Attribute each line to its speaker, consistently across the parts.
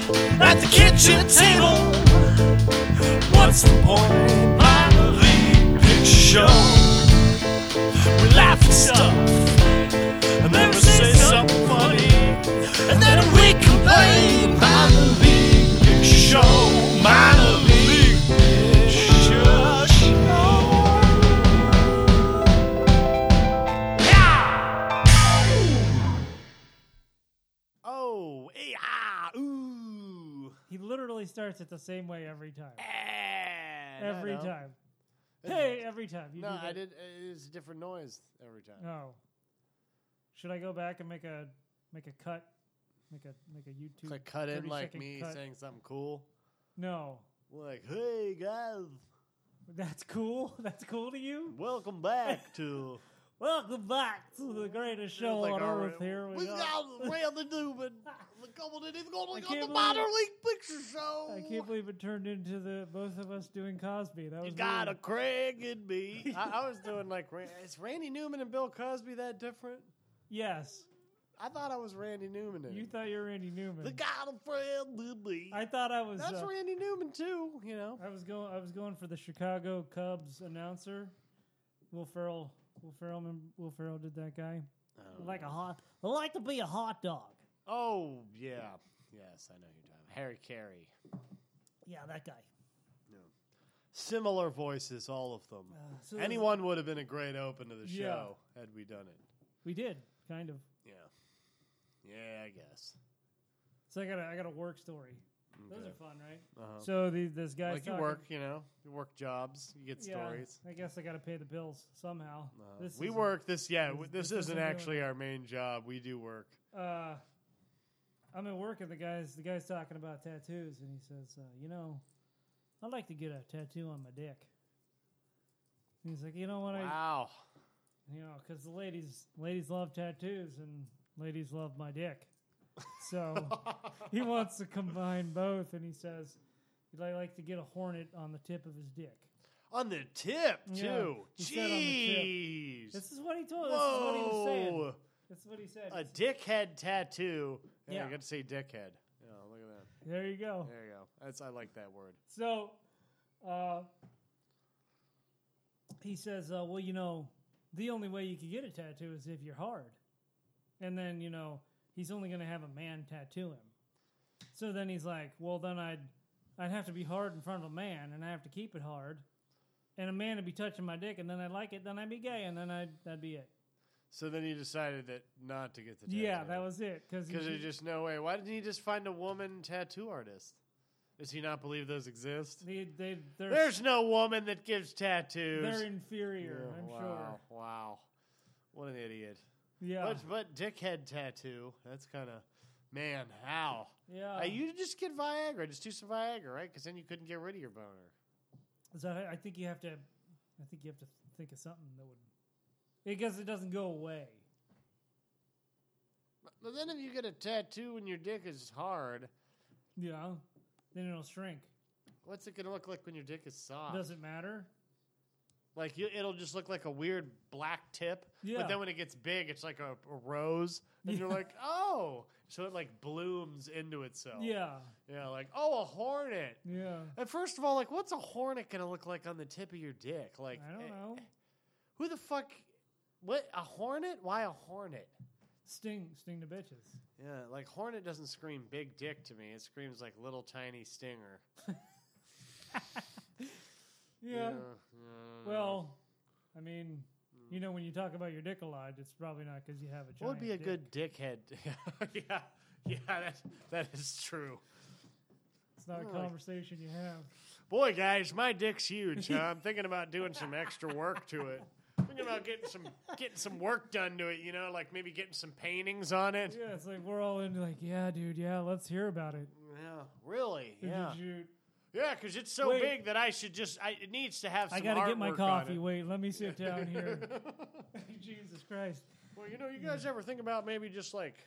Speaker 1: the kitchen table. What's the point? By the lead picture show. We laugh at stuff and then we say something funny, and then we complain. Minor league picture show, minor league picture show.
Speaker 2: Oh, eh, ah, ooh.
Speaker 3: He literally starts it the same way every time.
Speaker 2: Eh, no,
Speaker 3: Every
Speaker 2: no.
Speaker 3: time.
Speaker 2: It's-
Speaker 3: Hey, every time. You
Speaker 2: No,
Speaker 3: do
Speaker 2: I
Speaker 3: that.
Speaker 2: did. It is a different noise every time.
Speaker 3: No. Should I go back and make a make a cut? Make a make a YouTube
Speaker 2: It's like cut in
Speaker 3: 30
Speaker 2: like
Speaker 3: second
Speaker 2: me
Speaker 3: cut.
Speaker 2: saying something cool.
Speaker 3: No.
Speaker 2: Like, hey guys,
Speaker 3: That's cool. That's cool to you.
Speaker 2: welcome back to
Speaker 3: Welcome back to the greatest show
Speaker 2: Like
Speaker 3: on
Speaker 2: our-
Speaker 3: earth. Here we,
Speaker 2: we
Speaker 3: go.
Speaker 2: got Randy Newman. The couple that is going
Speaker 3: I
Speaker 2: to
Speaker 3: can't
Speaker 2: on the
Speaker 3: believe-
Speaker 2: minor league picture show.
Speaker 3: I can't believe it turned into the both of us doing Cosby. That was
Speaker 2: you got a
Speaker 3: weird.
Speaker 2: Craig and me. I, I was doing like, Ra- is Randy Newman and Bill Cosby that different?
Speaker 3: yes.
Speaker 2: I thought I was Randy Newman. In
Speaker 3: You
Speaker 2: it.
Speaker 3: thought you were Randy Newman.
Speaker 2: the God of Randy me.
Speaker 3: I thought I was.
Speaker 2: That's
Speaker 3: uh,
Speaker 2: Randy Newman too. You know.
Speaker 3: I was going. I was going for the Chicago Cubs announcer, Will Ferrell. Will Ferrell. remem- Will Ferrell did that guy. Like a hot. I like to be a hot dog.
Speaker 2: Oh yeah, yes, I know who you're talking. About. Harry Carey.
Speaker 3: Yeah, that guy.
Speaker 2: Similar voices, all of them.
Speaker 3: Uh, so
Speaker 2: Anyone would have been a great open to the
Speaker 3: Yeah.
Speaker 2: show had we done it.
Speaker 3: We did kind of.
Speaker 2: Yeah, yeah, I guess.
Speaker 3: So I got. A, I got a work story. Those
Speaker 2: Okay.
Speaker 3: are fun, right?
Speaker 2: Uh-huh.
Speaker 3: So the, this guy's
Speaker 2: like you
Speaker 3: talking-
Speaker 2: work, you know, you work jobs, you get
Speaker 3: Yeah,
Speaker 2: stories.
Speaker 3: I guess I got to pay the bills somehow.
Speaker 2: Uh,
Speaker 3: This
Speaker 2: we
Speaker 3: is-
Speaker 2: work this, yeah.
Speaker 3: this-
Speaker 2: This,
Speaker 3: this
Speaker 2: isn't,
Speaker 3: isn't doing-
Speaker 2: actually our main job. We do work.
Speaker 3: uh, I'm at work and the guys the guy's talking about tattoos and he says, uh, you know, I'd like to get a tattoo on my dick. And he's like, you know what I,
Speaker 2: Wow,
Speaker 3: you know, because the ladies ladies love tattoos and ladies love my dick, so he wants to combine both. And he says, he'd li- like to get a hornet on the tip of his dick.
Speaker 2: on the tip
Speaker 3: Yeah,
Speaker 2: too.
Speaker 3: he said on
Speaker 2: Jeez,
Speaker 3: This is what he told. This is what he was saying.
Speaker 2: whoa,
Speaker 3: This is what he said.
Speaker 2: a dickhead tattoo. Yeah,
Speaker 3: Yeah. Oh.
Speaker 2: I got to say dickhead. Yeah, look at that.
Speaker 3: there you go.
Speaker 2: There you go. That's I like that word.
Speaker 3: So, uh, he says, uh, "Well, you know, the only way you can get a tattoo is if you're hard." And then you know he's only going to have a man tattoo him. So then he's like, "Well, then I'd I'd have to be hard in front of a man, and I have to keep it hard, and a man would be touching my dick, and then I'd like it, then I'd be gay, and then I'd that'd be it."
Speaker 2: So then he decided that not to get the tattoo.
Speaker 3: Yeah, that was it because
Speaker 2: because there's just no way. Why didn't he just find a woman tattoo artist? Does he not believe those exist?
Speaker 3: they, they they're
Speaker 2: There's no woman that gives tattoos.
Speaker 3: they're inferior.
Speaker 2: Yeah,
Speaker 3: I'm
Speaker 2: wow, Wow. What an idiot.
Speaker 3: sure. Yeah,
Speaker 2: But but dickhead tattoo. That's kind of man. How?
Speaker 3: yeah.
Speaker 2: Uh, you just get Viagra. Just do some Viagra, right? Because then you couldn't get rid of your boner.
Speaker 3: So I, I think you have to, I think you have to think of something that would, because it doesn't go away.
Speaker 2: But- But then if you get a tattoo and your dick is hard,
Speaker 3: You know, then it'll shrink.
Speaker 2: what's it gonna look like when your dick is soft?
Speaker 3: Does it matter?
Speaker 2: Like you, it'll just look like a weird black tip.
Speaker 3: Yeah.
Speaker 2: But then when it gets big, it's like a, a rose, and you're
Speaker 3: Yeah.
Speaker 2: like, oh, so it like blooms into itself.
Speaker 3: Yeah,
Speaker 2: Yeah. Like oh, a hornet.
Speaker 3: yeah.
Speaker 2: And first of all, like what's a hornet gonna look like on the tip of your dick? Like
Speaker 3: I don't
Speaker 2: eh,
Speaker 3: know.
Speaker 2: Who the fuck? What a hornet? Why a hornet?
Speaker 3: Sting, sting the bitches.
Speaker 2: Yeah, like hornet doesn't scream big dick to me. It screams like little tiny stinger.
Speaker 3: Yeah.
Speaker 2: yeah.
Speaker 3: Well,
Speaker 2: Mm.
Speaker 3: I mean, you know, when you talk about your dick a lot, it's probably not because you have a. Giant
Speaker 2: What would be a
Speaker 3: dick.
Speaker 2: good dickhead? yeah, yeah, that, that is true.
Speaker 3: It's not a
Speaker 2: Like-
Speaker 3: conversation you have.
Speaker 2: Boy, guys, my dick's huge. Huh? I'm thinking about doing some extra work to it. Thinking about getting some getting some work done to it. You know, like maybe getting some paintings on it.
Speaker 3: Yeah, it's like we're all into like, yeah, dude, yeah, let's hear about it.
Speaker 2: Yeah, really.
Speaker 3: Did
Speaker 2: Yeah,
Speaker 3: you-
Speaker 2: yeah, because it's so
Speaker 3: Wait.
Speaker 2: big that I should just. I, it needs to have. Some
Speaker 3: I gotta get my
Speaker 2: artwork on
Speaker 3: coffee.
Speaker 2: it.
Speaker 3: Wait, let me sit down here. Jesus Christ.
Speaker 2: Well, you know, you guys ever think about maybe just like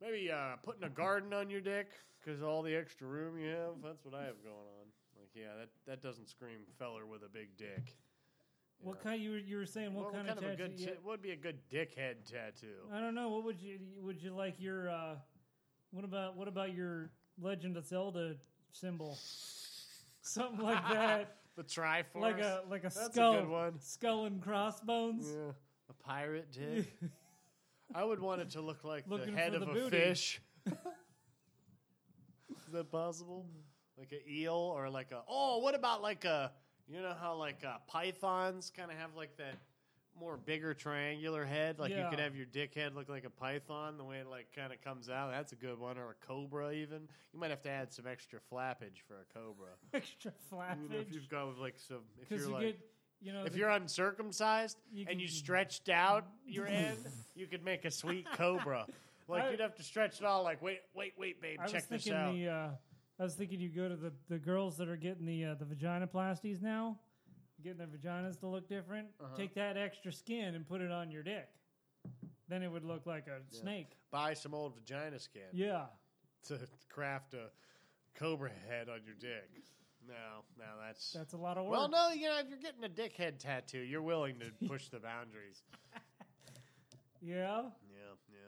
Speaker 2: maybe uh, putting a garden on your dick because all the extra room you have? That's what I have going on. Like, yeah, that, that doesn't scream feller with a big dick.
Speaker 3: What
Speaker 2: Yeah.
Speaker 3: kind you were, you were saying? What,
Speaker 2: What
Speaker 3: kind, of,
Speaker 2: a
Speaker 3: tattoo?
Speaker 2: good
Speaker 3: yeah.
Speaker 2: ta- would be a good dickhead tattoo?
Speaker 3: I don't know. What would you would you like your? uh What about what about your Legend of Zelda symbol, something like that,
Speaker 2: The Triforce.
Speaker 3: like a like a
Speaker 2: That's a
Speaker 3: skull,
Speaker 2: good one.
Speaker 3: skull and crossbones.
Speaker 2: yeah, a pirate did. I would want it to look like
Speaker 3: Looking
Speaker 2: the
Speaker 3: for
Speaker 2: head
Speaker 3: the
Speaker 2: of a
Speaker 3: booty.
Speaker 2: fish. Is that possible? Like an eel or like a oh, what about like a you know how like uh, pythons kind of have like that more bigger triangular head, like you could
Speaker 3: Yeah.
Speaker 2: have your dick head look like a python the way it like kind of comes out. That's a good one, or a cobra even. You might have to add some extra flappage for a cobra.
Speaker 3: extra
Speaker 2: You know, if
Speaker 3: flappage
Speaker 2: you've got with like some, if
Speaker 3: because
Speaker 2: you're
Speaker 3: you
Speaker 2: like
Speaker 3: get you know
Speaker 2: if
Speaker 3: the-
Speaker 2: you're uncircumcised
Speaker 3: You
Speaker 2: and
Speaker 3: can-
Speaker 2: you stretched out your end, you could make a sweet cobra. Like
Speaker 3: I-
Speaker 2: you'd have to stretch it all. Like wait, wait, wait, babe,
Speaker 3: I was
Speaker 2: check this
Speaker 3: thinking
Speaker 2: out.
Speaker 3: the uh, I was thinking you go to the, the girls that are getting the uh, the vaginoplasties now, getting their vaginas to look different.
Speaker 2: Uh-huh.
Speaker 3: Take that extra skin and put it on your dick. Then it would look like a snake.
Speaker 2: Buy some old vagina skin
Speaker 3: Yeah.
Speaker 2: to craft a cobra head on your dick. No, no, that's
Speaker 3: That's a lot of work.
Speaker 2: well, no. You know, if you're getting a dickhead tattoo, you're willing to push the boundaries.
Speaker 3: Yeah.
Speaker 2: Yeah, yeah.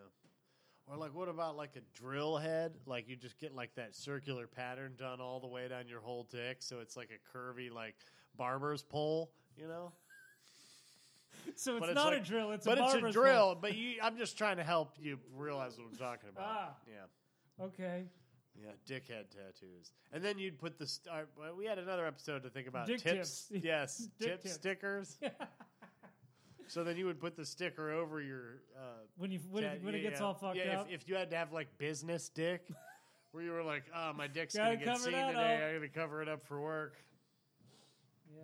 Speaker 2: Or like, what about like a drill head? Like you just get like that circular pattern done all the way down your whole dick, so it's like a curvy like barber's pole, you know?
Speaker 3: So it's
Speaker 2: it's
Speaker 3: not
Speaker 2: like-
Speaker 3: a drill. It's
Speaker 2: but
Speaker 3: a
Speaker 2: it's a
Speaker 3: barber's
Speaker 2: drill. But you, I'm just trying to help you realize what I'm talking about.
Speaker 3: Ah.
Speaker 2: Yeah.
Speaker 3: one. Okay.
Speaker 2: Yeah, dickhead tattoos, and then you'd put the. St- uh, well, we had another episode to think about
Speaker 3: Dick
Speaker 2: tips.
Speaker 3: tips.
Speaker 2: Yes,
Speaker 3: Dick
Speaker 2: tip
Speaker 3: tips.
Speaker 2: stickers. so then you would put the sticker over your uh,
Speaker 3: When you when,
Speaker 2: Yeah,
Speaker 3: it, when it
Speaker 2: yeah,
Speaker 3: gets
Speaker 2: yeah.
Speaker 3: all fucked
Speaker 2: yeah,
Speaker 3: up.
Speaker 2: If, if you had to have like business dick, where you were like, "Oh, my dick's
Speaker 3: Gotta
Speaker 2: gonna get
Speaker 3: cover
Speaker 2: seen
Speaker 3: that
Speaker 2: today.
Speaker 3: up."
Speaker 2: I gotta cover it up for work."
Speaker 3: yeah.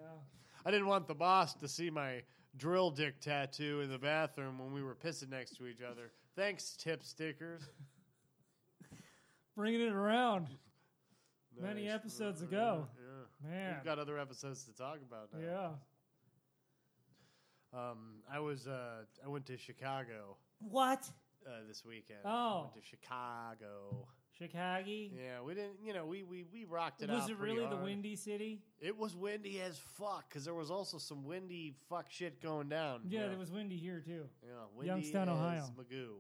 Speaker 2: I didn't want the boss to see my drill dick tattoo in the bathroom when we were pissing next to each other. Thanks, tip stickers.
Speaker 3: Bringing it around,
Speaker 2: Nice.
Speaker 3: Many episodes
Speaker 2: Yeah,
Speaker 3: ago.
Speaker 2: yeah.
Speaker 3: man.
Speaker 2: We've got other episodes to talk about now.
Speaker 3: yeah.
Speaker 2: Um, I was uh, I went to Chicago
Speaker 3: What?
Speaker 2: uh, this weekend. I
Speaker 3: Oh.
Speaker 2: went to Chicago.
Speaker 3: Chicago.
Speaker 2: Yeah, we didn't. You know, we we we rocked it out.
Speaker 3: Was it
Speaker 2: pretty
Speaker 3: really the
Speaker 2: hard.
Speaker 3: windy city?
Speaker 2: It was windy as fuck because there was also some windy fuck shit going down.
Speaker 3: Yeah, there was windy here too.
Speaker 2: Yeah, windy
Speaker 3: Youngstown,
Speaker 2: as
Speaker 3: Ohio.
Speaker 2: Magoo,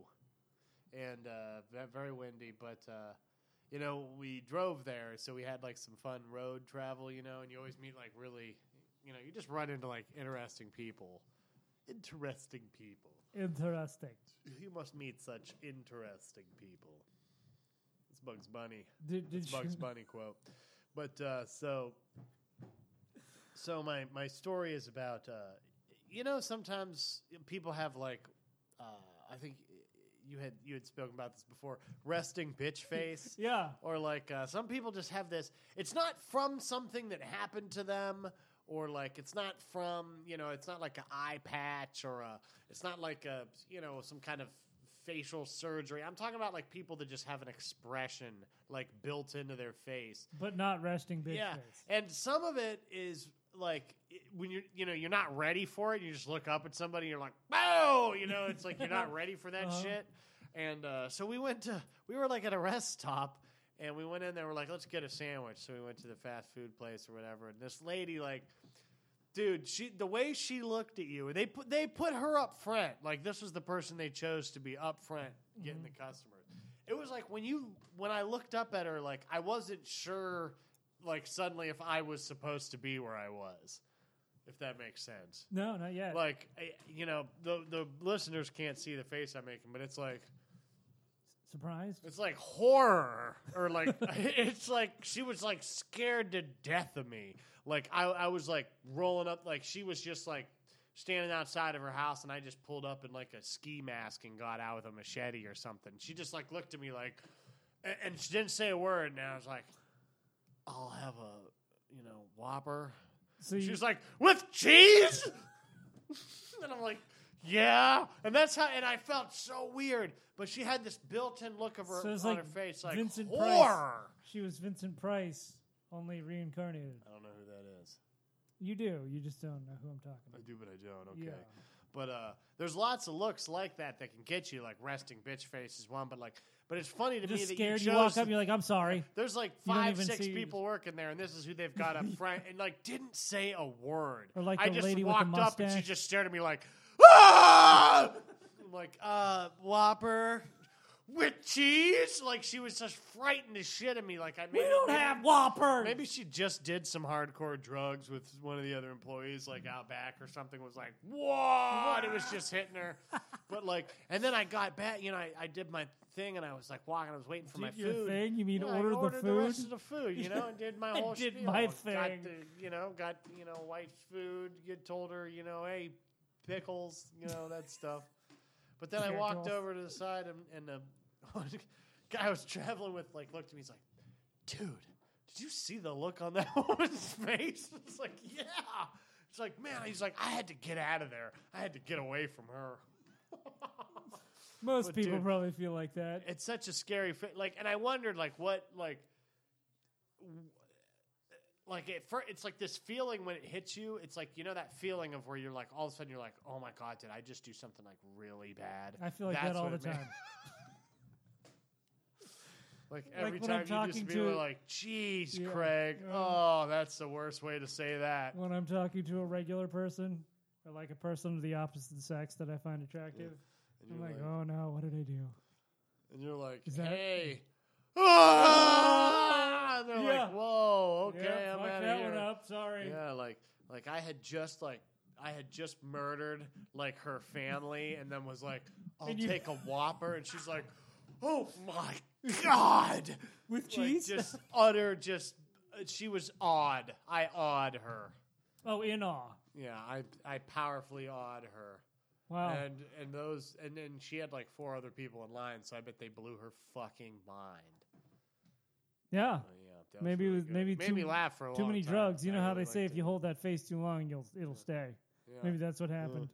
Speaker 2: and uh, ve- very windy. But uh, you know, we drove there, so we had like some fun road travel. You know, and you always meet like really, you know, you just run into like interesting people. Interesting people.
Speaker 3: Interesting.
Speaker 2: You must meet such interesting people. It's Bugs Bunny.
Speaker 3: Did, did
Speaker 2: It's Bugs
Speaker 3: you,
Speaker 2: Bunny quote. But uh, so, so my my story is about uh, you know sometimes people have like uh, I think you had you had spoken about this before resting bitch face
Speaker 3: Yeah.
Speaker 2: or like uh, some people just have this it's not from something that happened to them or like it's not from you know it's not like an eye patch or a it's not like a you know some kind of facial surgery i'm talking about like people that just have an expression like built into their face
Speaker 3: But not resting bitch
Speaker 2: yeah
Speaker 3: face.
Speaker 2: and some of it is like it- when you're you know you're not ready for it you just look up at somebody and you're like oh you know it's like you're not ready for that
Speaker 3: Uh-huh.
Speaker 2: shit and uh, so we went to we were like at a rest stop and we went in there we're like let's get a sandwich so we went to the fast food place or whatever and this lady like dude she the way she looked at you they put they put her up front like this was the person they chose to be up front getting the customers it was like when you when i looked up at her like i wasn't sure like suddenly if i was supposed to be where i was if that makes sense
Speaker 3: No, not yet.
Speaker 2: like I- you know the the listeners can't see the face i'm making but it's like
Speaker 3: Surprised?
Speaker 2: it's like horror, or like it's like she was like scared to death of me. Like I, I was like rolling up, like she was just like standing outside of her house, and I just pulled up in like a ski mask and got out with a machete or something. She just like looked at me like, and, and she didn't say a word. And I was like, I'll have a, you know, Whopper.
Speaker 3: So you,
Speaker 2: She was like, with cheese? and I'm like, yeah. And that's how, and I felt so weird. But she had this built in look of her,
Speaker 3: So
Speaker 2: on
Speaker 3: it's like
Speaker 2: her face, like
Speaker 3: Vincent Price.
Speaker 2: horror.
Speaker 3: she was Vincent Price, only reincarnated.
Speaker 2: I don't know who that is.
Speaker 3: You do. You just don't know who I'm talking
Speaker 2: I
Speaker 3: about.
Speaker 2: do, but I don't. Okay.
Speaker 3: Yeah.
Speaker 2: But uh, there's lots of looks like that that can get you, like resting bitch face is one, but like, but it's funny to me
Speaker 3: Just
Speaker 2: that
Speaker 3: scared.
Speaker 2: you
Speaker 3: You,
Speaker 2: chose
Speaker 3: walk
Speaker 2: to
Speaker 3: up. You're like, I'm sorry.
Speaker 2: There's like
Speaker 3: You don't
Speaker 2: five,
Speaker 3: even
Speaker 2: six
Speaker 3: see-
Speaker 2: people working there, and this is who they've got up front, and like didn't say a word.
Speaker 3: Or like
Speaker 2: I
Speaker 3: the
Speaker 2: just
Speaker 3: lady with the
Speaker 2: walked up and she
Speaker 3: mustache.
Speaker 2: just stared at me like, ah! I'm like, uh, Whopper, with cheese. Like she was just frightened as shit of me. Like I
Speaker 3: We
Speaker 2: made
Speaker 3: don't have Whoppers.
Speaker 2: Maybe she just did some hardcore drugs with one of the other employees, like out back or something. Was like, what? It was just hitting her. but like, and then I got back. You know, I, I did my thing, and I was like walking. I was waiting for my
Speaker 3: Did your
Speaker 2: food.
Speaker 3: thing? You mean
Speaker 2: Yeah,
Speaker 3: order
Speaker 2: I
Speaker 3: the
Speaker 2: ordered the,
Speaker 3: food?
Speaker 2: rest of the food, you know, and did my
Speaker 3: I
Speaker 2: whole
Speaker 3: did
Speaker 2: spiel.
Speaker 3: my
Speaker 2: Got
Speaker 3: thing.
Speaker 2: the, you know, got you know, wife's food. You told her, you know, hey, pickles, you know, that stuff. But then I walked
Speaker 3: Pickles.
Speaker 2: over to the side, and, and the guy I was traveling with like looked at me. He's like, "Dude, did you see the look on that woman's face?" It's like, "Yeah." It's like, "Man," he's like, "I had to get out of there. I had to get away from her."
Speaker 3: Most
Speaker 2: But
Speaker 3: people
Speaker 2: dude-
Speaker 3: probably feel like that.
Speaker 2: it's such a scary fi- like and i wondered like what like w- like it for, it's like this feeling when it hits you it's like you know that feeling of where you're like all of a sudden you're like oh my god did i just do something like really bad
Speaker 3: I feel like
Speaker 2: That's
Speaker 3: that all
Speaker 2: what
Speaker 3: the
Speaker 2: it meant.
Speaker 3: time.
Speaker 2: like every
Speaker 3: when
Speaker 2: time
Speaker 3: I'm
Speaker 2: you just
Speaker 3: talking
Speaker 2: be
Speaker 3: to-
Speaker 2: like jeez
Speaker 3: Yeah.
Speaker 2: craig
Speaker 3: Yeah. Oh
Speaker 2: oh that's the worst way to say that
Speaker 3: when I'm talking to a regular person or like a person of the opposite sex that I find attractive,
Speaker 2: and
Speaker 3: I'm
Speaker 2: you're
Speaker 3: like,
Speaker 2: like,
Speaker 3: oh no, what did I do?
Speaker 2: and you're like
Speaker 3: Is that it?
Speaker 2: hey Ah! And they're
Speaker 3: Yeah.
Speaker 2: like whoa
Speaker 3: Yeah,
Speaker 2: okay i'm
Speaker 3: fuck
Speaker 2: out
Speaker 3: that
Speaker 2: here.
Speaker 3: one up. Sorry.
Speaker 2: Yeah, like like I had just like I had just murdered like her family and then was like, I'll
Speaker 3: And you-
Speaker 2: take a whopper and she's like, Oh my god
Speaker 3: With
Speaker 2: Like,
Speaker 3: cheese?
Speaker 2: just utter just uh, she was odd. I awed her.
Speaker 3: oh, in awe.
Speaker 2: Yeah, I I powerfully awed her.
Speaker 3: Wow.
Speaker 2: And and those and then she had like four other people in line, so I bet they blew her fucking mind.
Speaker 3: yeah.
Speaker 2: Oh, yeah, that was
Speaker 3: Maybe it
Speaker 2: really
Speaker 3: was-
Speaker 2: good.
Speaker 3: maybe
Speaker 2: made
Speaker 3: too-
Speaker 2: me laugh for a
Speaker 3: Too
Speaker 2: long
Speaker 3: many
Speaker 2: time.
Speaker 3: drugs. You
Speaker 2: I
Speaker 3: know how
Speaker 2: really
Speaker 3: they say
Speaker 2: liked
Speaker 3: if you
Speaker 2: it.
Speaker 3: hold that face too long, you'll it'll stay.
Speaker 2: Yeah.
Speaker 3: Maybe that's what happened.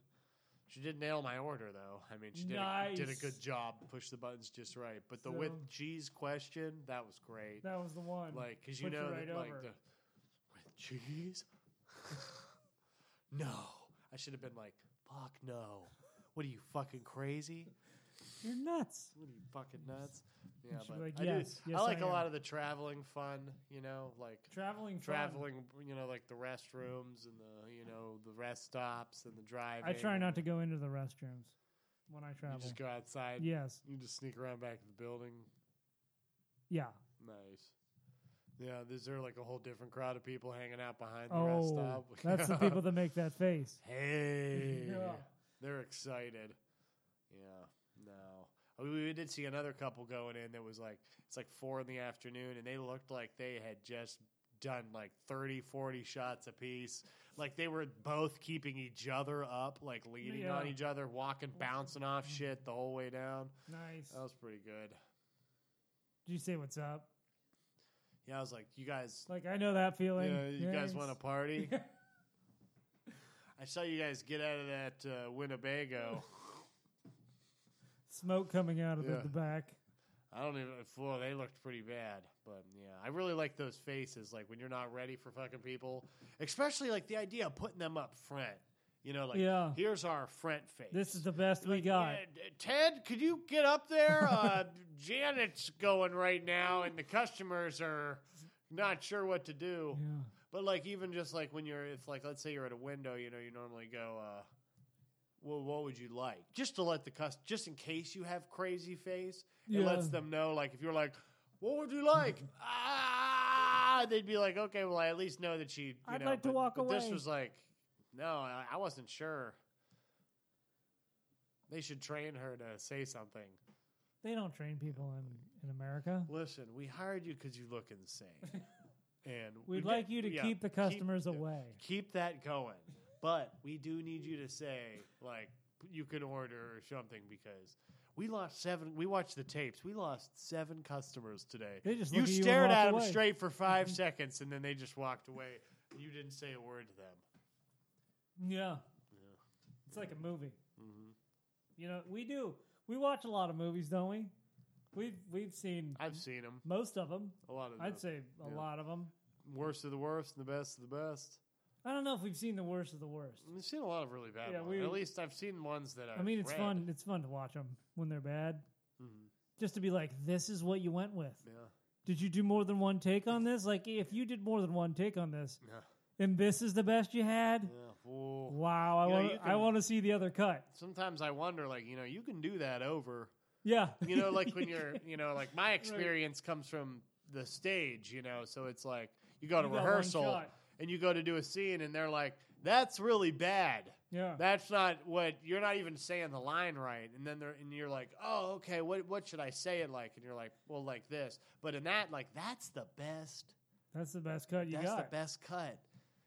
Speaker 2: She did nail my order though. I mean, she did, a, did a
Speaker 3: Nice.
Speaker 2: good job, pushed the buttons just right. But the with
Speaker 3: So-
Speaker 2: cheese question, that was great.
Speaker 3: That was the one.
Speaker 2: Like, because you
Speaker 3: Put you
Speaker 2: know,
Speaker 3: right
Speaker 2: that, like
Speaker 3: over.
Speaker 2: the with cheese. no, I should have been like, fuck no. What are you fucking crazy?
Speaker 3: You're nuts.
Speaker 2: What are you fucking nuts? Yeah,
Speaker 3: should
Speaker 2: but
Speaker 3: be like,
Speaker 2: I
Speaker 3: "Yes,
Speaker 2: do.
Speaker 3: yes,
Speaker 2: I like
Speaker 3: I
Speaker 2: a lot
Speaker 3: am."
Speaker 2: of the traveling fun. You know, like
Speaker 3: Traveling. fun.
Speaker 2: traveling. You know, like the restrooms and the you know the rest stops and the driving.
Speaker 3: I try
Speaker 2: and
Speaker 3: not to go into the restrooms when I
Speaker 2: You
Speaker 3: travel.
Speaker 2: just go outside.
Speaker 3: Yes.
Speaker 2: You just sneak around back to the building.
Speaker 3: Yeah.
Speaker 2: Nice. Yeah, is there like a whole different crowd of people hanging out behind the rest
Speaker 3: Oh,
Speaker 2: stop?
Speaker 3: that's the people that make that face.
Speaker 2: hey,
Speaker 3: Yeah.
Speaker 2: they're excited. Yeah, no. I mean, we did see another couple going in that was like it's like four in the afternoon, and they looked like they had just done like 30, 40 shots apiece. Like they were both keeping each other up, like leaning
Speaker 3: Yeah.
Speaker 2: on each other, walking, bouncing off shit the whole way down.
Speaker 3: Nice.
Speaker 2: That was pretty good.
Speaker 3: Did you say what's up?
Speaker 2: Yeah, I was like, you guys,
Speaker 3: Like I know that feeling.
Speaker 2: yeah, you guys
Speaker 3: Thanks.
Speaker 2: want to party? I saw you guys get out of that uh, Winnebago.
Speaker 3: smoke coming out of the-
Speaker 2: Yeah.
Speaker 3: the back.
Speaker 2: I don't even. Well, they looked pretty bad, but yeah, I really like those faces. Like when you're not ready for fucking people, especially like the idea of putting them up front. You know, like
Speaker 3: Yeah.
Speaker 2: here's our front face.
Speaker 3: This is the best we got.
Speaker 2: Yeah, d- Ted, could you get up there? Uh, Janet's going right now, and the customers are not sure what to do.
Speaker 3: Yeah.
Speaker 2: But like even just like when you're if like let's say you're at a window, you know, you normally go, uh, well, what would you like? Just to let the cus just in case you have crazy face, it
Speaker 3: Yeah.
Speaker 2: lets them know. Like if you're like, what would you like? ah, they'd be like, okay, well, I at least know that she. You
Speaker 3: I'd
Speaker 2: know,
Speaker 3: like to
Speaker 2: but-
Speaker 3: walk
Speaker 2: but This
Speaker 3: away.
Speaker 2: was like, no, I, I wasn't sure. They should train her to say something.
Speaker 3: They don't train people in, in America.
Speaker 2: Listen, we hired you because you look insane, and
Speaker 3: We'd
Speaker 2: we
Speaker 3: like
Speaker 2: did-
Speaker 3: you to
Speaker 2: yeah,
Speaker 3: keep the customers
Speaker 2: yeah
Speaker 3: away.
Speaker 2: keep that going. But we do need you to say like you can order or something because we lost seven. We watched the tapes. We lost seven customers today.
Speaker 3: They just
Speaker 2: you
Speaker 3: look at you and
Speaker 2: stared
Speaker 3: walk
Speaker 2: at
Speaker 3: away.
Speaker 2: them straight for five seconds and then they just walked away. You didn't say a word to them.
Speaker 3: Yeah. It's like a movie. Mm-hmm. You know, we do. We watch a lot of movies, don't we? We've we've seen
Speaker 2: I've seen them.
Speaker 3: most of them.
Speaker 2: A lot of them.
Speaker 3: I'd say a
Speaker 2: Uh, Yeah.
Speaker 3: lot of them.
Speaker 2: worst of the worst and the best of the best.
Speaker 3: I don't know if we've seen the worst of the worst.
Speaker 2: We've seen a lot of really bad
Speaker 3: Yeah,
Speaker 2: ones.
Speaker 3: we-
Speaker 2: At least I've seen ones that I've
Speaker 3: I mean, it's
Speaker 2: read.
Speaker 3: fun. It's fun to watch them when they're bad.
Speaker 2: Mhm.
Speaker 3: Just to be like, this is what you went with.
Speaker 2: Yeah.
Speaker 3: Did you do more than one take on this? Like, if you did more than one take on this,
Speaker 2: Yeah.
Speaker 3: and this is the best you had,
Speaker 2: Yeah. Whoa.
Speaker 3: wow! I
Speaker 2: You know,
Speaker 3: want
Speaker 2: you
Speaker 3: I
Speaker 2: can-
Speaker 3: want to see the other cut.
Speaker 2: sometimes I wonder, like, you know, you can do that over,
Speaker 3: Yeah.
Speaker 2: You know, like when you're, you know, like my experience comes from the stage, you know, so it's like you go to
Speaker 3: You got one
Speaker 2: rehearsal
Speaker 3: shot.
Speaker 2: and you go to do a scene and they're like, that's really bad.
Speaker 3: Yeah.
Speaker 2: That's not what you're not even saying the line right, and then they're and you're like, oh, okay, what what should I say it like? And you're like, well, like this, but in that, like that's the best.
Speaker 3: That's the best cut you
Speaker 2: that's
Speaker 3: got.
Speaker 2: the best cut.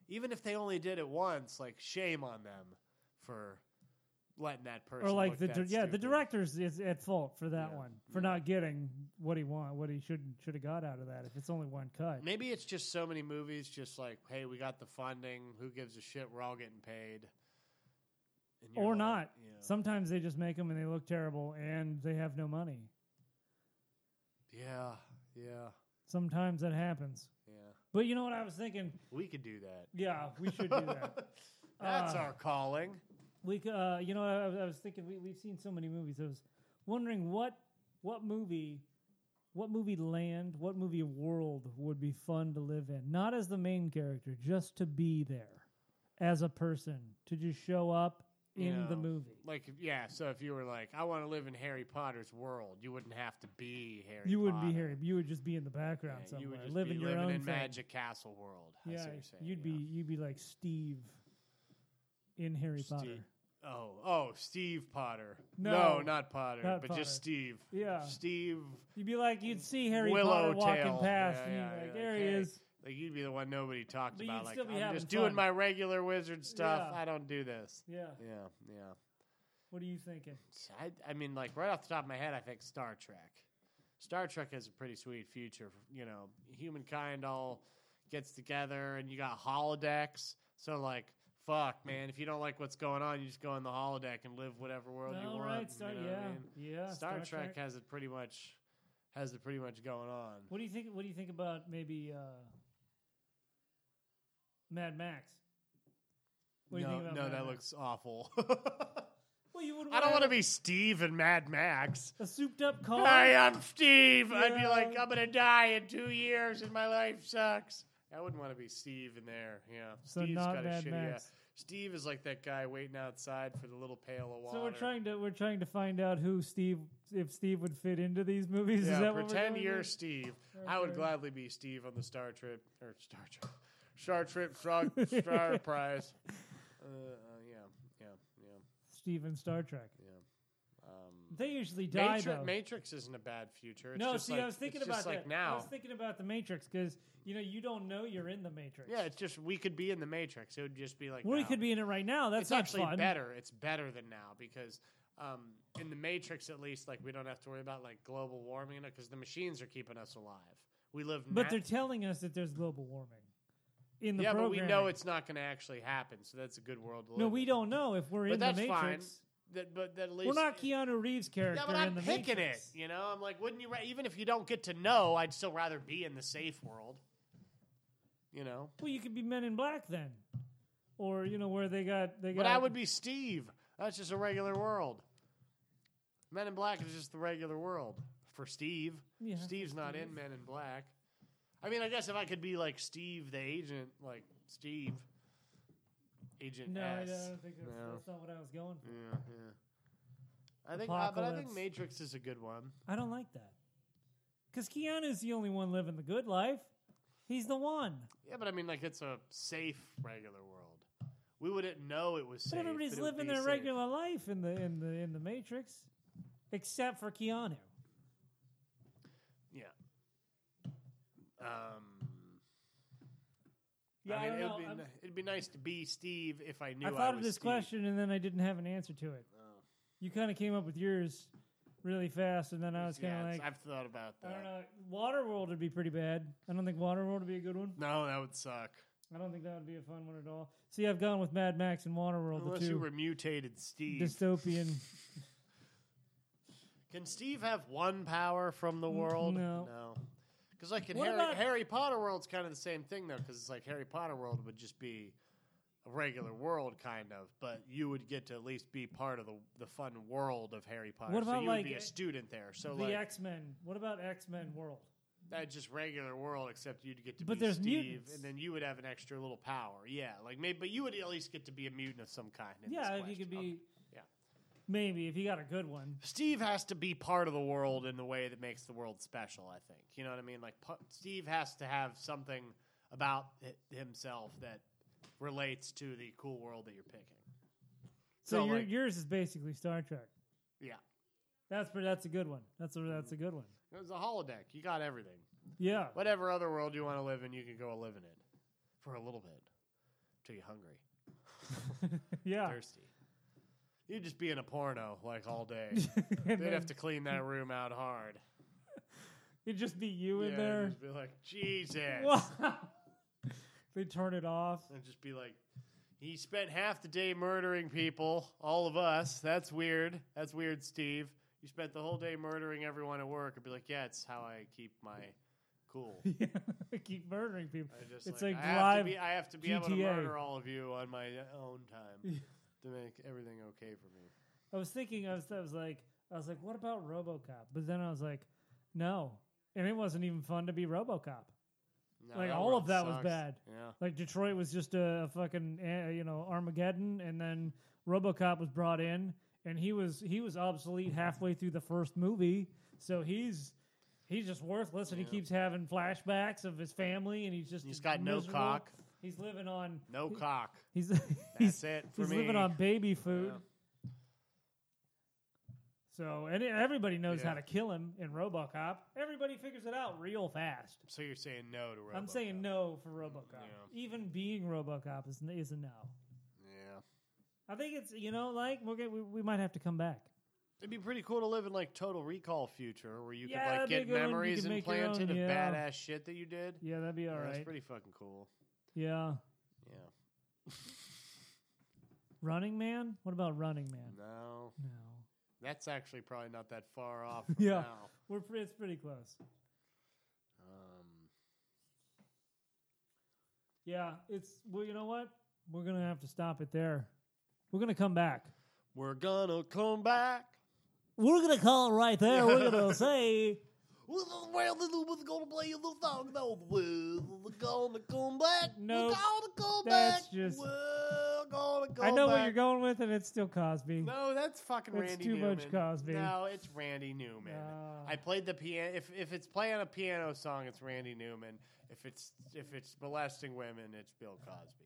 Speaker 2: Even if they only did it once, like shame on them for letting that person.
Speaker 3: or like
Speaker 2: look
Speaker 3: the
Speaker 2: that
Speaker 3: di- yeah, the
Speaker 2: stupid.
Speaker 3: director's is at fault for that
Speaker 2: Yeah,
Speaker 3: one for
Speaker 2: yeah.
Speaker 3: not getting what he want what he should should have got out of that if it's only one cut.
Speaker 2: Maybe it's just so many movies, just like, hey, we got the funding. Who gives a shit? We're all getting paid. And you're
Speaker 3: or
Speaker 2: like,
Speaker 3: not.
Speaker 2: yeah.
Speaker 3: Sometimes they just make them and they look terrible and they have no money.
Speaker 2: Yeah, yeah,
Speaker 3: Sometimes that happens.
Speaker 2: yeah.
Speaker 3: But you know what I was thinking?
Speaker 2: We could do that.
Speaker 3: Yeah, we should do that.
Speaker 2: That's
Speaker 3: Uh,
Speaker 2: our calling.
Speaker 3: We, c- uh, you know, I, was- I was thinking we, we've seen so many movies. I was wondering what what movie, what movie land, what movie world would be fun to live in? Not as the main character, just to be there as a person, to just show up in
Speaker 2: Yeah.
Speaker 3: the movie.
Speaker 2: Like, yeah, so if you were like, I want to live in Harry Potter's world, you wouldn't have to be Harry
Speaker 3: you wouldn't be
Speaker 2: Potter.
Speaker 3: Harry. You would just be in the background
Speaker 2: Yeah,
Speaker 3: somewhere,
Speaker 2: you would just
Speaker 3: living
Speaker 2: be
Speaker 3: your
Speaker 2: living
Speaker 3: own
Speaker 2: in
Speaker 3: thing.
Speaker 2: Magic Castle world. I see
Speaker 3: Yeah,
Speaker 2: what you're saying,
Speaker 3: you'd
Speaker 2: yeah.
Speaker 3: be you'd be like Steve in Harry
Speaker 2: Steve.
Speaker 3: Potter.
Speaker 2: Oh, oh, Steve Potter. No,
Speaker 3: No,
Speaker 2: not Potter,
Speaker 3: not
Speaker 2: but
Speaker 3: Potter.
Speaker 2: just Steve.
Speaker 3: Yeah.
Speaker 2: Steve.
Speaker 3: You'd be like you'd see Harry
Speaker 2: Willow
Speaker 3: Potter walking
Speaker 2: tail.
Speaker 3: past,
Speaker 2: Yeah,
Speaker 3: and
Speaker 2: yeah,
Speaker 3: you'd be like,
Speaker 2: yeah,
Speaker 3: "There he
Speaker 2: okay.
Speaker 3: is."
Speaker 2: Like you'd be the one nobody talked
Speaker 3: But you'd
Speaker 2: about. Like
Speaker 3: still be
Speaker 2: I'm
Speaker 3: having
Speaker 2: just doing
Speaker 3: fun.
Speaker 2: my regular wizard stuff.
Speaker 3: Yeah.
Speaker 2: I don't do this.
Speaker 3: Yeah.
Speaker 2: Yeah, yeah.
Speaker 3: What are you thinking?
Speaker 2: I, I mean, like right off the top of my head, I think Star Trek. Star Trek has a pretty sweet future. You know, humankind all gets together, and you got holodecks. So like, fuck, man, if you don't like what's going on, you just go in the holodeck and live whatever world you
Speaker 3: All
Speaker 2: want.
Speaker 3: right,
Speaker 2: you
Speaker 3: Star,
Speaker 2: know what I
Speaker 3: yeah,
Speaker 2: mean?
Speaker 3: yeah.
Speaker 2: Star, Trek, has it pretty much has it pretty much going on.
Speaker 3: What do you think? What do you think about maybe uh, Mad Max? What do
Speaker 2: no,
Speaker 3: you think about
Speaker 2: no,
Speaker 3: Mad
Speaker 2: that
Speaker 3: Max?
Speaker 2: looks awful.
Speaker 3: Well, you would.
Speaker 2: I don't want to
Speaker 3: have
Speaker 2: be Steve and Mad Max.
Speaker 3: a souped-up car.
Speaker 2: Hi, I'm Steve. I'd be
Speaker 3: Yeah.
Speaker 2: like, I'm gonna die in two years, and my life sucks. I wouldn't want to be Steve in there. Yeah,
Speaker 3: so
Speaker 2: Steve's
Speaker 3: not
Speaker 2: got a
Speaker 3: Mad
Speaker 2: shitty.
Speaker 3: Max.
Speaker 2: ass. Steve is like that guy waiting outside for the little pail of water.
Speaker 3: So we're trying to we're trying to find out who Steve if Steve would fit into these movies.
Speaker 2: Yeah,
Speaker 3: Is that what we're
Speaker 2: pretend
Speaker 3: doing
Speaker 2: you're
Speaker 3: here?
Speaker 2: Steve. I would
Speaker 3: Okay.
Speaker 2: gladly be Steve on the Star Trip or Star Trip, Star Trip, Star, Star Prize. Uh, uh, yeah, yeah, yeah,
Speaker 3: Steve in Star Trek?
Speaker 2: yeah. Um,
Speaker 3: They usually die
Speaker 2: Matrix,
Speaker 3: though.
Speaker 2: Matrix isn't a bad future. It's
Speaker 3: no,
Speaker 2: just
Speaker 3: see,
Speaker 2: like,
Speaker 3: I was thinking
Speaker 2: it's
Speaker 3: about
Speaker 2: just like
Speaker 3: that.
Speaker 2: now.
Speaker 3: I was thinking about the Matrix because you know you don't know you're in the Matrix.
Speaker 2: yeah, it's just we could be in the Matrix. It would just be like
Speaker 3: we
Speaker 2: now.
Speaker 3: could be in it right now. That's
Speaker 2: it's
Speaker 3: not
Speaker 2: actually
Speaker 3: fun.
Speaker 2: better. It's better than now because um, in the Matrix, at least, like we don't have to worry about like global warming because the machines are keeping us alive. We live,
Speaker 3: But
Speaker 2: nat-
Speaker 3: they're telling us that there's global warming in the
Speaker 2: yeah, but
Speaker 3: program.
Speaker 2: we know it's not going to actually happen. So that's a good world. To live
Speaker 3: No, we
Speaker 2: in.
Speaker 3: don't know if we're
Speaker 2: But
Speaker 3: in
Speaker 2: that's
Speaker 3: the
Speaker 2: fine.
Speaker 3: Matrix.
Speaker 2: That, but that at least
Speaker 3: We're not Keanu Reeves' character
Speaker 2: Yeah, but I'm
Speaker 3: in the
Speaker 2: picking
Speaker 3: Matrix.
Speaker 2: it. You know, I'm like, wouldn't you? Ra- even if you don't get to know, I'd still rather be in the safe world. You know,
Speaker 3: Well, you could be Men in Black then, or you know where they got they got.
Speaker 2: but I would be Steve. That's just a regular world. Men in Black is just the regular world for Steve.
Speaker 3: Yeah,
Speaker 2: Steve's not in Men in Black. I mean, I guess if I could be like Steve the agent, like Steve, Agent
Speaker 3: No, I
Speaker 2: S.
Speaker 3: don't think that's,
Speaker 2: No.
Speaker 3: that's not what I was going for.
Speaker 2: Yeah, yeah. I think, uh, but I think
Speaker 3: Apocalypse.
Speaker 2: Matrix is a good one.
Speaker 3: I don't like that because Keanu's the only one living the good life. He's the one.
Speaker 2: Yeah, but I mean, like it's a safe regular world. We wouldn't know it was safe.
Speaker 3: But everybody's
Speaker 2: it would
Speaker 3: living
Speaker 2: be
Speaker 3: their
Speaker 2: safe.
Speaker 3: regular life in the in the in the Matrix, except for Keanu.
Speaker 2: Yeah. Um.
Speaker 3: Yeah, I
Speaker 2: I mean,
Speaker 3: don't
Speaker 2: it
Speaker 3: know.
Speaker 2: would be
Speaker 3: I'm-
Speaker 2: ni- it'd be nice to be Steve if I knew.
Speaker 3: I thought
Speaker 2: was
Speaker 3: of this
Speaker 2: Steve.
Speaker 3: question and then I didn't have an answer to it.
Speaker 2: Oh.
Speaker 3: You kind of came up with yours really fast, and then I was
Speaker 2: Yeah,
Speaker 3: kind of
Speaker 2: it's-
Speaker 3: like,
Speaker 2: I've thought about that.
Speaker 3: I don't know. Waterworld would be pretty bad. I don't think Waterworld would be a good one.
Speaker 2: No, that would suck.
Speaker 3: I don't think that would be a fun one at all. See, I've gone with Mad Max and Waterworld,
Speaker 2: Unless
Speaker 3: the
Speaker 2: you
Speaker 3: two
Speaker 2: were mutated Steve.
Speaker 3: dystopian.
Speaker 2: Can Steve have one power from the world?
Speaker 3: no.
Speaker 2: Because like in
Speaker 3: What
Speaker 2: Harry,
Speaker 3: about-
Speaker 2: Harry Potter world's kind of the same thing though, because it's like Harry Potter world would just be a regular world kind of, but you would get to at least be part of the the fun world of Harry Potter.
Speaker 3: What
Speaker 2: so
Speaker 3: about,
Speaker 2: you would be
Speaker 3: like,
Speaker 2: a student there. So
Speaker 3: the
Speaker 2: like
Speaker 3: X Men. What about X Men World?
Speaker 2: that's just regular world, except you'd get to
Speaker 3: But
Speaker 2: be
Speaker 3: there's
Speaker 2: Steve,
Speaker 3: mutants.
Speaker 2: and then you would have an extra little power. Yeah, like maybe, but you would at least get to be a mutant of some kind. In this
Speaker 3: yeah, if you
Speaker 2: question.
Speaker 3: could be.
Speaker 2: Okay. Yeah.
Speaker 3: Maybe if you got a good one.
Speaker 2: Steve has to be part of the world in the way that makes the world special. I think you know what I mean. Like pu- Steve has to have something about hi- himself that relates to the cool world that you're picking.
Speaker 3: So,
Speaker 2: So,
Speaker 3: your,
Speaker 2: like-
Speaker 3: yours is basically Star Trek.
Speaker 2: Yeah,
Speaker 3: That's pre- that's a good one. That's a that's a good one.
Speaker 2: it was a holodeck. You got everything.
Speaker 3: Yeah.
Speaker 2: Whatever other world you want to live in, you can go live in it for a little bit till you're hungry,
Speaker 3: yeah.
Speaker 2: thirsty. You'd just be in a porno like all day.
Speaker 3: and
Speaker 2: They'd
Speaker 3: then
Speaker 2: have to clean that room out hard.
Speaker 3: it'd just be you in
Speaker 2: Yeah,
Speaker 3: there.
Speaker 2: Just be like Jesus.
Speaker 3: they turn it off.
Speaker 2: and just be like, he spent half the day murdering people, all of us. That's weird. That's weird, Steve. You spent the whole day murdering everyone at work. I'd be like, yeah, it's how I keep my cool.
Speaker 3: Yeah. Keep murdering people.
Speaker 2: I just
Speaker 3: It's
Speaker 2: like,
Speaker 3: like
Speaker 2: I have to
Speaker 3: live
Speaker 2: be, I have to be able to
Speaker 3: GTA.
Speaker 2: murder all of you on my own time
Speaker 3: Yeah.
Speaker 2: to make everything okay for me.
Speaker 3: I was thinking I was I was like I was like, what about RoboCop? But then I was like, no. And it wasn't even fun to be RoboCop.
Speaker 2: No,
Speaker 3: Like, all of
Speaker 2: world
Speaker 3: that was
Speaker 2: sucks.
Speaker 3: bad.
Speaker 2: Yeah.
Speaker 3: Like Detroit was just a fucking uh, you know Armageddon, and then RoboCop was brought in, and he was he was obsolete halfway through the first movie, so he's he's just worthless, and
Speaker 2: Yeah.
Speaker 3: he keeps having flashbacks of his family, and he's just
Speaker 2: He's got no
Speaker 3: miserable.
Speaker 2: cock.
Speaker 3: He's living on
Speaker 2: No cock.
Speaker 3: he's
Speaker 2: That's
Speaker 3: he's,
Speaker 2: it for
Speaker 3: he's
Speaker 2: me.
Speaker 3: living on baby food.
Speaker 2: Yeah.
Speaker 3: So and everybody knows how
Speaker 2: Yeah.
Speaker 3: to kill him in RoboCop. Everybody figures it out real fast.
Speaker 2: So you're saying no to Robo?
Speaker 3: I'm saying no for RoboCop.
Speaker 2: Yeah.
Speaker 3: Even being RoboCop is is a no.
Speaker 2: Yeah.
Speaker 3: I think it's you know like we're gonna, we, we might have to come back.
Speaker 2: It'd be pretty cool to live in like Total Recall future, where you
Speaker 3: Yeah,
Speaker 2: could like
Speaker 3: that'd be a
Speaker 2: get
Speaker 3: good one. You
Speaker 2: memories
Speaker 3: could make your
Speaker 2: implanted
Speaker 3: own,
Speaker 2: of
Speaker 3: yeah.
Speaker 2: badass shit that you did.
Speaker 3: Yeah, that'd be all
Speaker 2: Yeah,
Speaker 3: right.
Speaker 2: That's pretty fucking cool.
Speaker 3: yeah,
Speaker 2: Yeah.
Speaker 3: Running Man. What about Running Man?
Speaker 2: No,
Speaker 3: No,
Speaker 2: that's actually probably not that far off. From
Speaker 3: Yeah.
Speaker 2: Now.
Speaker 3: we're pre- it's pretty close.
Speaker 2: Um,
Speaker 3: Yeah, it's well. You know what? We're gonna have to stop it there. We're gonna come back.
Speaker 2: we're gonna come back
Speaker 3: We're gonna call it right there. We're gonna say
Speaker 2: with the world that was gonna play a little song about we're gonna come back.
Speaker 3: Nope.
Speaker 2: We're gonna come
Speaker 3: That's
Speaker 2: back.
Speaker 3: just-
Speaker 2: We're gonna come
Speaker 3: I know
Speaker 2: back.
Speaker 3: where you're going with, and it's still Cosby. Uh,
Speaker 2: No, that's fucking
Speaker 3: That's
Speaker 2: Randy
Speaker 3: too
Speaker 2: Newman.
Speaker 3: much Cosby.
Speaker 2: No, it's Randy Newman.
Speaker 3: Ah.
Speaker 2: I played the piano. If if it's playing a piano song, it's Randy Newman. If it's if it's molesting women, it's Bill Cosby.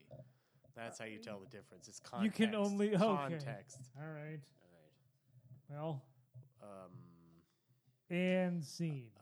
Speaker 2: That's how you tell the difference. It's
Speaker 3: You
Speaker 2: context.
Speaker 3: can only- okay.
Speaker 2: context.
Speaker 3: All right.
Speaker 2: All
Speaker 3: Well,
Speaker 2: right. Um,
Speaker 3: and scene.